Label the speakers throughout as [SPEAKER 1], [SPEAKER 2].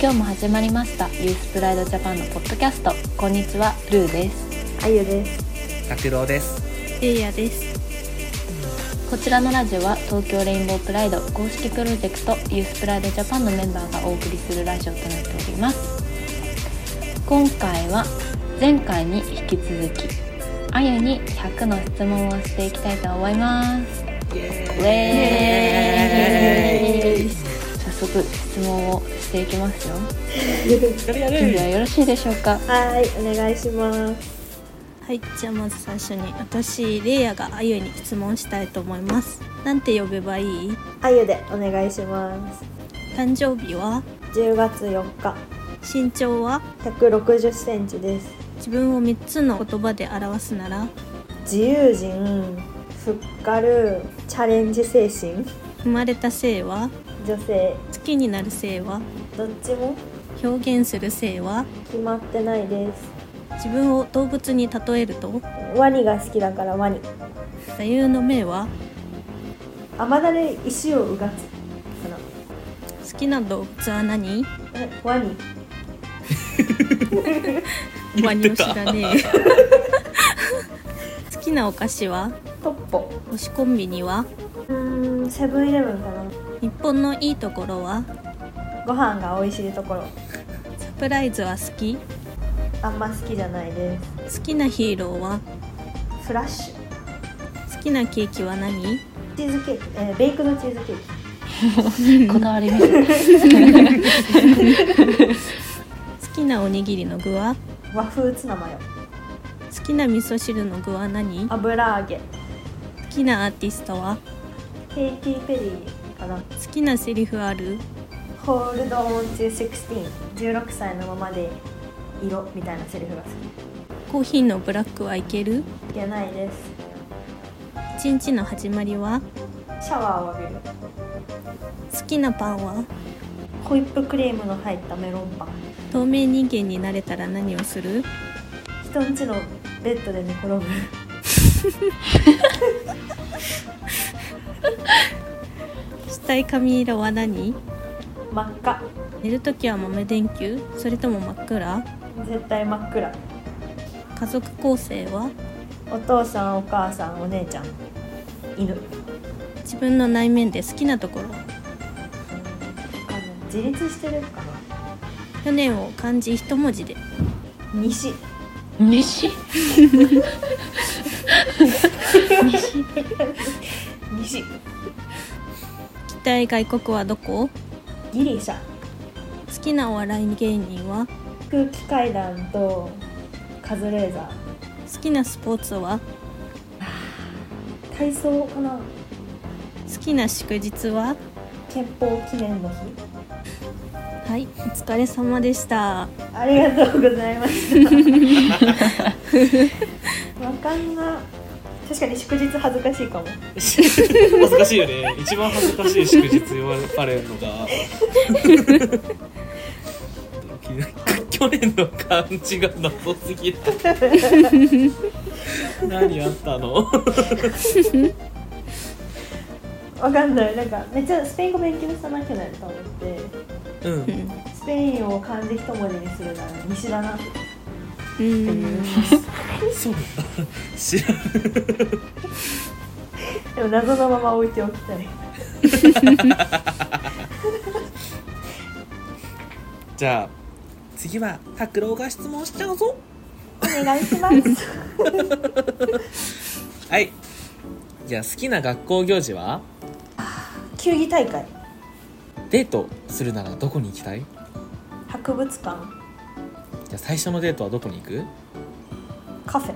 [SPEAKER 1] 今日も始まりましたユースプライドジャパンのポッドキャストこんにちはルーです
[SPEAKER 2] あゆです。
[SPEAKER 3] 拓郎です。
[SPEAKER 4] レイヤです。
[SPEAKER 1] こちらのラジオは東京レインボープライド公式プロジェクトユースプライドジャパンのメンバーがお送りするラジオとなっております今回は前回に引き続きあゆに100の質問をしていきたいと思います
[SPEAKER 3] イエ
[SPEAKER 1] イエ
[SPEAKER 3] ーイ
[SPEAKER 1] ーイ早速質問をしていきます よ
[SPEAKER 3] やるや
[SPEAKER 1] 準備は
[SPEAKER 3] る
[SPEAKER 1] よろしいでしょうか
[SPEAKER 2] はーい、お願いします。
[SPEAKER 4] はい、じゃあまず最初に私レイヤがあゆに質問したいと思います。なんて呼べばいい？
[SPEAKER 2] あゆでお願いします。
[SPEAKER 4] 誕生日は？
[SPEAKER 2] 10月4日、
[SPEAKER 4] 身長は？
[SPEAKER 2] 160センチです。
[SPEAKER 4] 自分を三つの言葉で表すなら？
[SPEAKER 2] 自由人、ふっかる、チャレンジ精神、
[SPEAKER 4] 生まれた性は？
[SPEAKER 2] 女性、
[SPEAKER 4] 好きになる性は？
[SPEAKER 2] どっちも
[SPEAKER 4] 表現する性は？
[SPEAKER 2] 決まってないです。
[SPEAKER 4] 自分を動物に例えると？
[SPEAKER 2] ワニが好きだからワニ。
[SPEAKER 4] 座右の銘は？
[SPEAKER 2] 甘だれ石をうがつ。かな
[SPEAKER 4] 好きな動物は何？
[SPEAKER 2] え、ワニ。
[SPEAKER 4] ワニを知らねえ。 好きなお菓子は？
[SPEAKER 2] トッポ。
[SPEAKER 4] 推しコンビニは？
[SPEAKER 2] うーん、セブンイレブンかな。
[SPEAKER 4] 日本のいいところは？
[SPEAKER 2] ご飯が美味しいところ。
[SPEAKER 4] サプライズは好き？
[SPEAKER 2] あんま好きじゃないです。
[SPEAKER 4] 好きなヒーローは
[SPEAKER 2] フラッシュ。
[SPEAKER 4] 好きなケーキは何
[SPEAKER 2] チーズケーキ、えーベイクドチーズケーキ。
[SPEAKER 1] こだわりますね
[SPEAKER 4] 好きなおにぎりの具は
[SPEAKER 2] 和風ツナマヨ
[SPEAKER 4] 好きな味噌汁の具は何好
[SPEAKER 2] 油揚げ
[SPEAKER 4] きなアーティストは
[SPEAKER 2] ケイティ・ペリーかな
[SPEAKER 4] 好きなセリフある
[SPEAKER 2] ホールドオントゥ1616歳のままで色みたいなセリフが好
[SPEAKER 4] コーヒーのブラックはいける
[SPEAKER 2] きいけないです
[SPEAKER 4] 一日の始まりは
[SPEAKER 2] シャワーを浴びる
[SPEAKER 4] 好きなパンは
[SPEAKER 2] ホイップクリームの入ったメロンパン
[SPEAKER 4] 透明人間になれたら何をする
[SPEAKER 2] 人んちのベッドで寝転ぶ
[SPEAKER 4] したい髪色は何
[SPEAKER 2] 真っ赤
[SPEAKER 4] 寝るときは豆電球それとも真っ暗
[SPEAKER 2] 絶対真っ暗
[SPEAKER 4] 家族構成は
[SPEAKER 2] お父さんお母さんお姉ちゃん犬
[SPEAKER 4] 自分の内面で好きなところ
[SPEAKER 2] あの自立してるかな
[SPEAKER 4] 去年を漢字一文字で
[SPEAKER 2] 西
[SPEAKER 1] 西
[SPEAKER 2] 西
[SPEAKER 4] 期待外国はどこ
[SPEAKER 2] ギリシャ
[SPEAKER 4] 好きなお笑い芸人は
[SPEAKER 2] 空気階段とカズレーザー
[SPEAKER 4] 好きなスポーツは
[SPEAKER 2] 体操かな
[SPEAKER 4] 好きな祝日は
[SPEAKER 2] 憲法記念の日
[SPEAKER 4] はいお疲れ様でした
[SPEAKER 2] ありがとうございま したわかんな確かに祝日恥ずかしいかも
[SPEAKER 3] 恥ずかしいよね。一番恥ずかしい祝日言われるの が。去年の感じが謎すぎる。何あったの？
[SPEAKER 2] わかんないなんかめっちゃスペイン語勉強さなきゃなと思って
[SPEAKER 3] う。
[SPEAKER 4] うんん
[SPEAKER 2] スペインを漢字一文字にするなら西だなって
[SPEAKER 4] う
[SPEAKER 2] いうん
[SPEAKER 3] そうだ。知らん。
[SPEAKER 2] でも謎のまま置いておきたい
[SPEAKER 3] じゃあ次は拓郎が質問しちゃうぞ。
[SPEAKER 2] お願いします
[SPEAKER 3] はい。じゃあ好きな学校行事は？
[SPEAKER 2] 球技大会
[SPEAKER 3] デートするならどこに行きたい？
[SPEAKER 2] 博物館
[SPEAKER 3] じゃあ最初のデートはどこに行く？
[SPEAKER 2] カフェ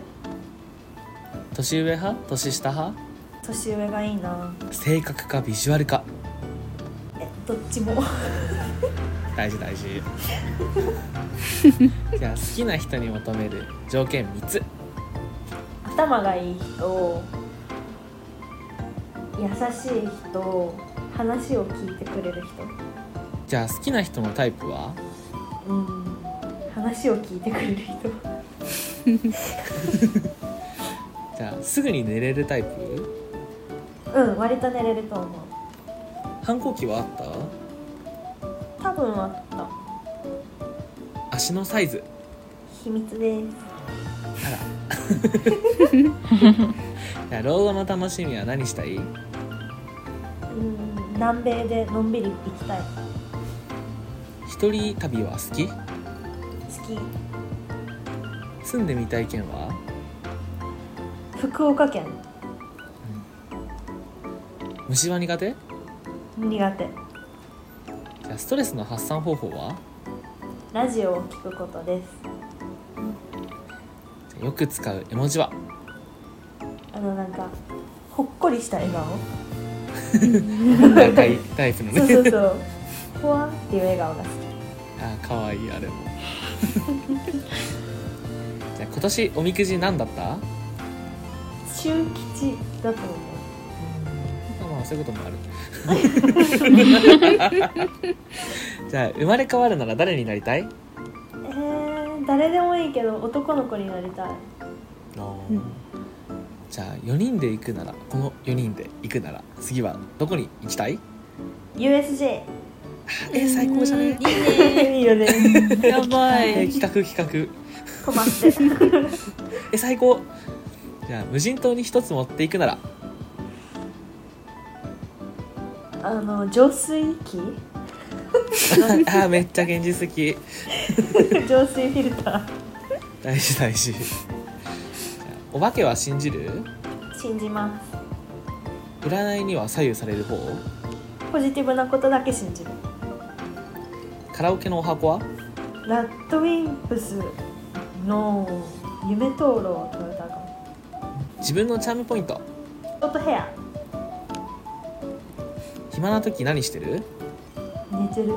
[SPEAKER 3] 年上派年下派
[SPEAKER 2] 年上がいいな
[SPEAKER 3] 性格かビジュアルか
[SPEAKER 2] えどっちも
[SPEAKER 3] 大事大事じゃあ好きな人に求める条件3つ
[SPEAKER 2] 頭がいい人優しい人話を聞いてくれる人
[SPEAKER 3] じゃあ好きな人のタイプは
[SPEAKER 2] うん話を聞いてくれる人
[SPEAKER 3] じゃあすぐに寝れるタイプ
[SPEAKER 2] うん割と寝れると思う
[SPEAKER 3] 反抗期はあっ
[SPEAKER 2] 多分あった
[SPEAKER 3] 足のサイズ
[SPEAKER 2] 秘密です
[SPEAKER 3] じゃあ老後の楽しみは何したい
[SPEAKER 2] うん南米でのんびり行きたい
[SPEAKER 3] 一人旅は好き
[SPEAKER 2] 好
[SPEAKER 3] 住んでみたい県は
[SPEAKER 2] き福岡県
[SPEAKER 3] 虫は苦手じ
[SPEAKER 2] 苦手
[SPEAKER 3] ゃあストレスの発散方法は
[SPEAKER 2] ラジオを聞くことです
[SPEAKER 3] じゃあよく使う絵文字は
[SPEAKER 2] あのなんかほっこりした笑 顔
[SPEAKER 3] 赤いタイプの
[SPEAKER 2] そうそ
[SPEAKER 3] ね
[SPEAKER 2] うそうほわっていう笑顔が好き
[SPEAKER 3] あ可愛いあれも じゃあ今年おみくじ何だった
[SPEAKER 2] 中吉だと思う
[SPEAKER 3] まあまあそういうこともある じゃあ生まれ変わるなら誰になりたい
[SPEAKER 2] えー、誰でもいいけど男の子になりたい
[SPEAKER 4] うん
[SPEAKER 3] じゃあ4人で行くならこの4人で行くなら次はどこに行きたい
[SPEAKER 2] USJ
[SPEAKER 3] え最高じゃね
[SPEAKER 4] いい ね
[SPEAKER 2] いいよね
[SPEAKER 4] やば
[SPEAKER 3] え
[SPEAKER 4] い
[SPEAKER 3] 企画企画
[SPEAKER 2] 止まって
[SPEAKER 3] え最高じゃあ無人島に一つ持っていくなら
[SPEAKER 2] あの浄水 器
[SPEAKER 3] あーめっちゃ現実的
[SPEAKER 2] 浄水フィルター
[SPEAKER 3] 大事大事じゃあお化けは信じる
[SPEAKER 2] 信じます
[SPEAKER 3] 占いには左右される方
[SPEAKER 2] ポジティブなことだけ信じる
[SPEAKER 3] カラオケのお箱は
[SPEAKER 2] ラッドウィンプスの夢灯籠と歌うかも
[SPEAKER 3] 自分のチャームポイント
[SPEAKER 2] ショートヘア
[SPEAKER 3] 暇な時何してる
[SPEAKER 2] 寝てる
[SPEAKER 3] じ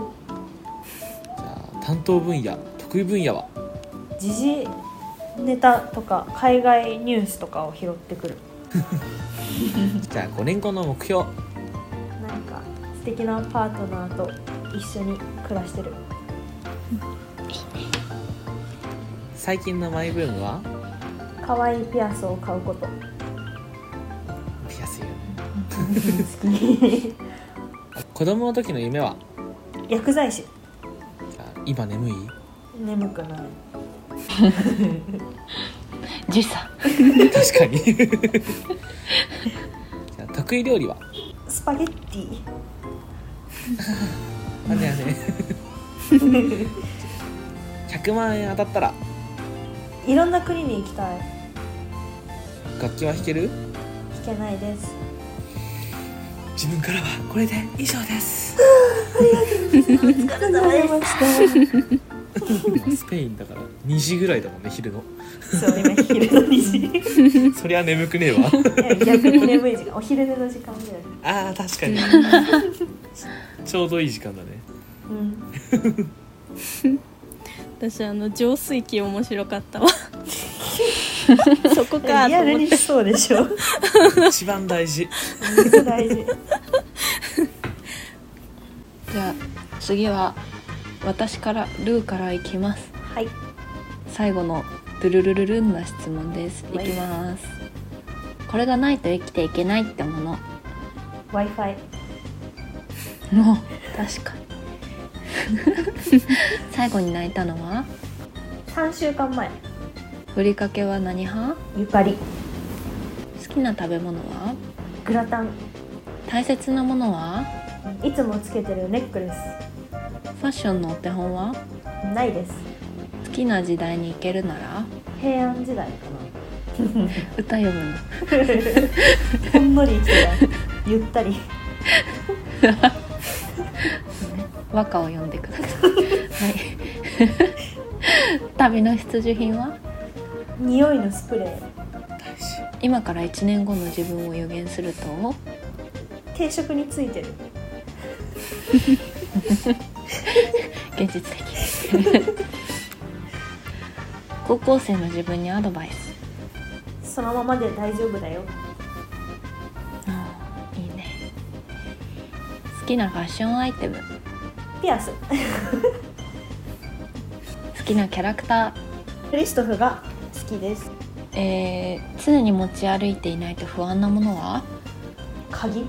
[SPEAKER 3] ゃあ担当分野得意分野は
[SPEAKER 2] 時事ネタとか海外ニュースとかを拾ってくる
[SPEAKER 3] じゃあ5年後の目標
[SPEAKER 2] なんか素敵なパートナーと一緒に暮らしてる
[SPEAKER 3] 最近のマイブームは
[SPEAKER 2] 可愛いピアスを買うこと 好
[SPEAKER 3] ピアスいいよね
[SPEAKER 2] き
[SPEAKER 3] 子供の時の夢は
[SPEAKER 2] 薬剤師
[SPEAKER 3] じゃあ今眠い
[SPEAKER 2] 眠くない
[SPEAKER 1] 時差
[SPEAKER 3] 確かにじゃあ得意料理は
[SPEAKER 2] スパゲッティ
[SPEAKER 3] あねあね100万円当たったら
[SPEAKER 2] いろんな国に行きたい
[SPEAKER 3] 楽器は弾ける
[SPEAKER 2] 弾けないです
[SPEAKER 3] 自分からはこれで以上です
[SPEAKER 2] ありがとうございまし
[SPEAKER 3] スペインだから2時ぐらいだもんね昼の
[SPEAKER 2] たそう今昼の2時
[SPEAKER 3] そりゃ眠くねえわ
[SPEAKER 2] 逆に眠い時間お昼寝の時間ぐらい
[SPEAKER 3] あー確かに ちょうどいい時間だね
[SPEAKER 2] うん
[SPEAKER 4] 私あの浄水器面白かったわそこか
[SPEAKER 2] リ
[SPEAKER 4] と
[SPEAKER 2] アル
[SPEAKER 4] 思っ
[SPEAKER 2] に
[SPEAKER 4] て
[SPEAKER 2] そうでしょ
[SPEAKER 3] 一番大 事
[SPEAKER 2] 大事
[SPEAKER 1] じゃあ次は私からルーからいきます
[SPEAKER 2] はい
[SPEAKER 1] 最後のドゥルルルルンな質問ですい
[SPEAKER 2] はい
[SPEAKER 1] きますこれがないと生きていけないってもの
[SPEAKER 2] w i f i
[SPEAKER 1] もう確かに最後に 泣いたのは
[SPEAKER 2] 3週間前
[SPEAKER 1] ふりかけは何派
[SPEAKER 2] ゆかり
[SPEAKER 1] 好きな食べ物は
[SPEAKER 2] グラタン
[SPEAKER 1] 大切なものはい
[SPEAKER 2] つもつけてるネックレス
[SPEAKER 1] ファッションのお手本は
[SPEAKER 2] ないです
[SPEAKER 1] 好きな時代に行けるなら
[SPEAKER 2] 平安時代か
[SPEAKER 1] 歌読むの
[SPEAKER 2] なほんのり生きてないゆったり
[SPEAKER 1] 和歌を読んでくださいはい旅の必需品は
[SPEAKER 2] 匂いのスプレー
[SPEAKER 1] 今から1年後の自分を予言すると
[SPEAKER 2] 定食についてる
[SPEAKER 1] 現実的高校生の自分にアドバイス
[SPEAKER 2] そのままで大丈夫だよ
[SPEAKER 1] あーいいね好きなファッションアイテム
[SPEAKER 2] ピアス
[SPEAKER 1] 好きなキャラクタ
[SPEAKER 2] クリストフが好きです
[SPEAKER 1] ー、えー常に持ち歩いていないと不安なものは
[SPEAKER 2] 鍵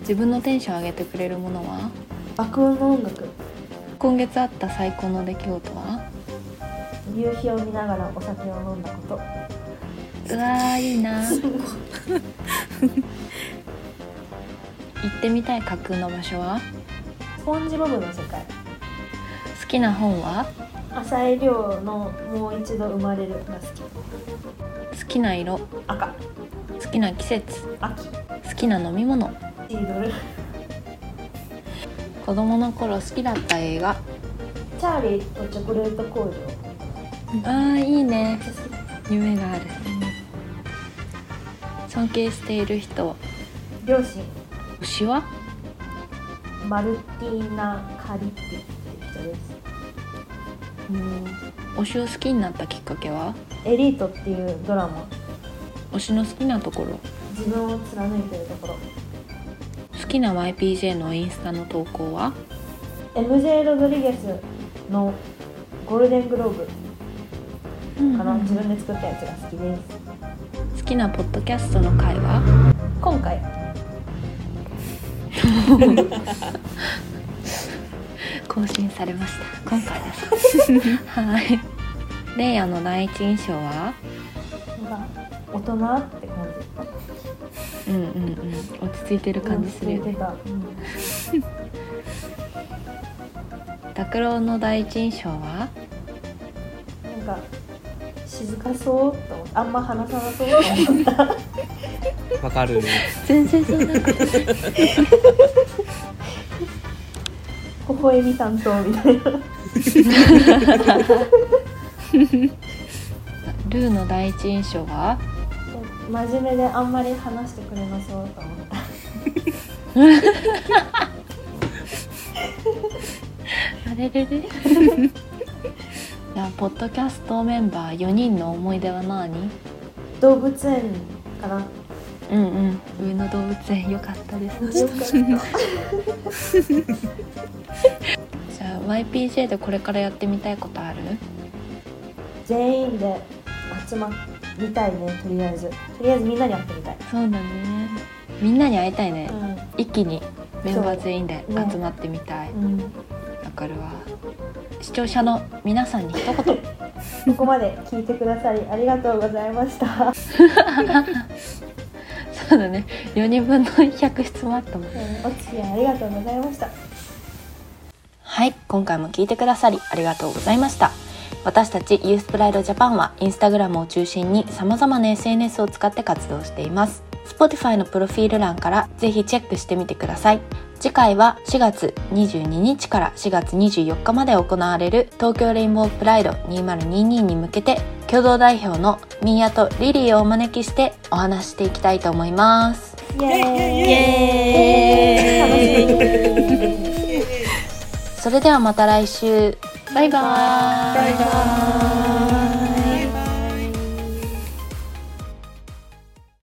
[SPEAKER 1] 自分のテンション上げてくれるものは
[SPEAKER 2] 爆音の音楽
[SPEAKER 1] 今月あった最高の出来事は
[SPEAKER 2] 夕日を見ながらお酒を飲んだこと
[SPEAKER 1] うわーいいな行ってみたい架空の場所は
[SPEAKER 2] スポンジボブの世界
[SPEAKER 1] 好きな本は
[SPEAKER 2] 浅井亮の「もう一度生まれる」が好き
[SPEAKER 1] 好きな色
[SPEAKER 2] 赤
[SPEAKER 1] 好きな季節
[SPEAKER 2] 秋
[SPEAKER 1] 好きな飲み物
[SPEAKER 2] シードル
[SPEAKER 1] 子供の頃好きだった映画
[SPEAKER 2] チャーリーとチョコレート工場
[SPEAKER 1] あーいいね夢がある尊敬している人
[SPEAKER 2] 両親
[SPEAKER 1] 推しは
[SPEAKER 2] マルティーナ・カリッティって人です
[SPEAKER 1] うん推しを好きになったきっかけは
[SPEAKER 2] エリートっていうドラマ
[SPEAKER 1] 推しの好きなところ
[SPEAKER 2] 自分を貫いてるところ
[SPEAKER 1] 好きな YPJ のインスタの投稿は
[SPEAKER 2] MJ ロドリゲスのゴールデングローブかな、
[SPEAKER 1] うんうん
[SPEAKER 2] 自分で作ったやつが好きです
[SPEAKER 1] 好きなポッドキャストの回は
[SPEAKER 2] 今回
[SPEAKER 1] 更新されました今回です はいレイヤの第一印象は
[SPEAKER 2] なんか大人って感
[SPEAKER 1] うんうんうん落ち着いてる
[SPEAKER 2] じ
[SPEAKER 1] 感じするよ
[SPEAKER 2] 出
[SPEAKER 1] ね
[SPEAKER 2] た、うん
[SPEAKER 1] 拓郎の第一印象は
[SPEAKER 2] なんか静かそうと思ってあんま話さなそうと思 った
[SPEAKER 3] わかる
[SPEAKER 1] 全然そんなこと
[SPEAKER 2] 微笑み担当みたいな
[SPEAKER 1] ルーの第一印象は
[SPEAKER 2] 真面目であんまり話してくれなそうと思った
[SPEAKER 1] あれれれじゃあポッドキャストメンバー4人の思い出は何
[SPEAKER 2] 動物園かな
[SPEAKER 1] うんうん上野動物園良かったです
[SPEAKER 2] よかった
[SPEAKER 1] じゃあ YPJ でこれからやってみたいことある
[SPEAKER 2] 全員で集まりたいねとりあえずとりあえずみんなに会ってみたい、
[SPEAKER 1] そうだねみんなに会いたいね、一気にメンバー全員で
[SPEAKER 2] そうね
[SPEAKER 1] 集まってみたいわ、
[SPEAKER 2] うん
[SPEAKER 1] かるわ視聴者の皆さんに一言
[SPEAKER 2] ここまで聞いてくださりありがとうございました。
[SPEAKER 1] そうだね4人分の100質問あったもん
[SPEAKER 2] お付き合いありがとうございました。
[SPEAKER 1] はい今回も聞いてくださりありがとうございました私たちユースプライドジャパンはインスタグラムを中心に様々な SNS を使って活動しています Spotify のプロフィール欄からぜひチェックしてみてください次回は4月22日から4月24日まで行われる東京レインボープライド2022に向けて共同代表のミーヤとリリーをお招きしてお話ししていきたいと思います
[SPEAKER 2] イエー
[SPEAKER 4] イ
[SPEAKER 2] イ。
[SPEAKER 4] エーイ
[SPEAKER 2] 楽しみ。
[SPEAKER 1] それではまた来週バイバーイ
[SPEAKER 2] バイバーイ。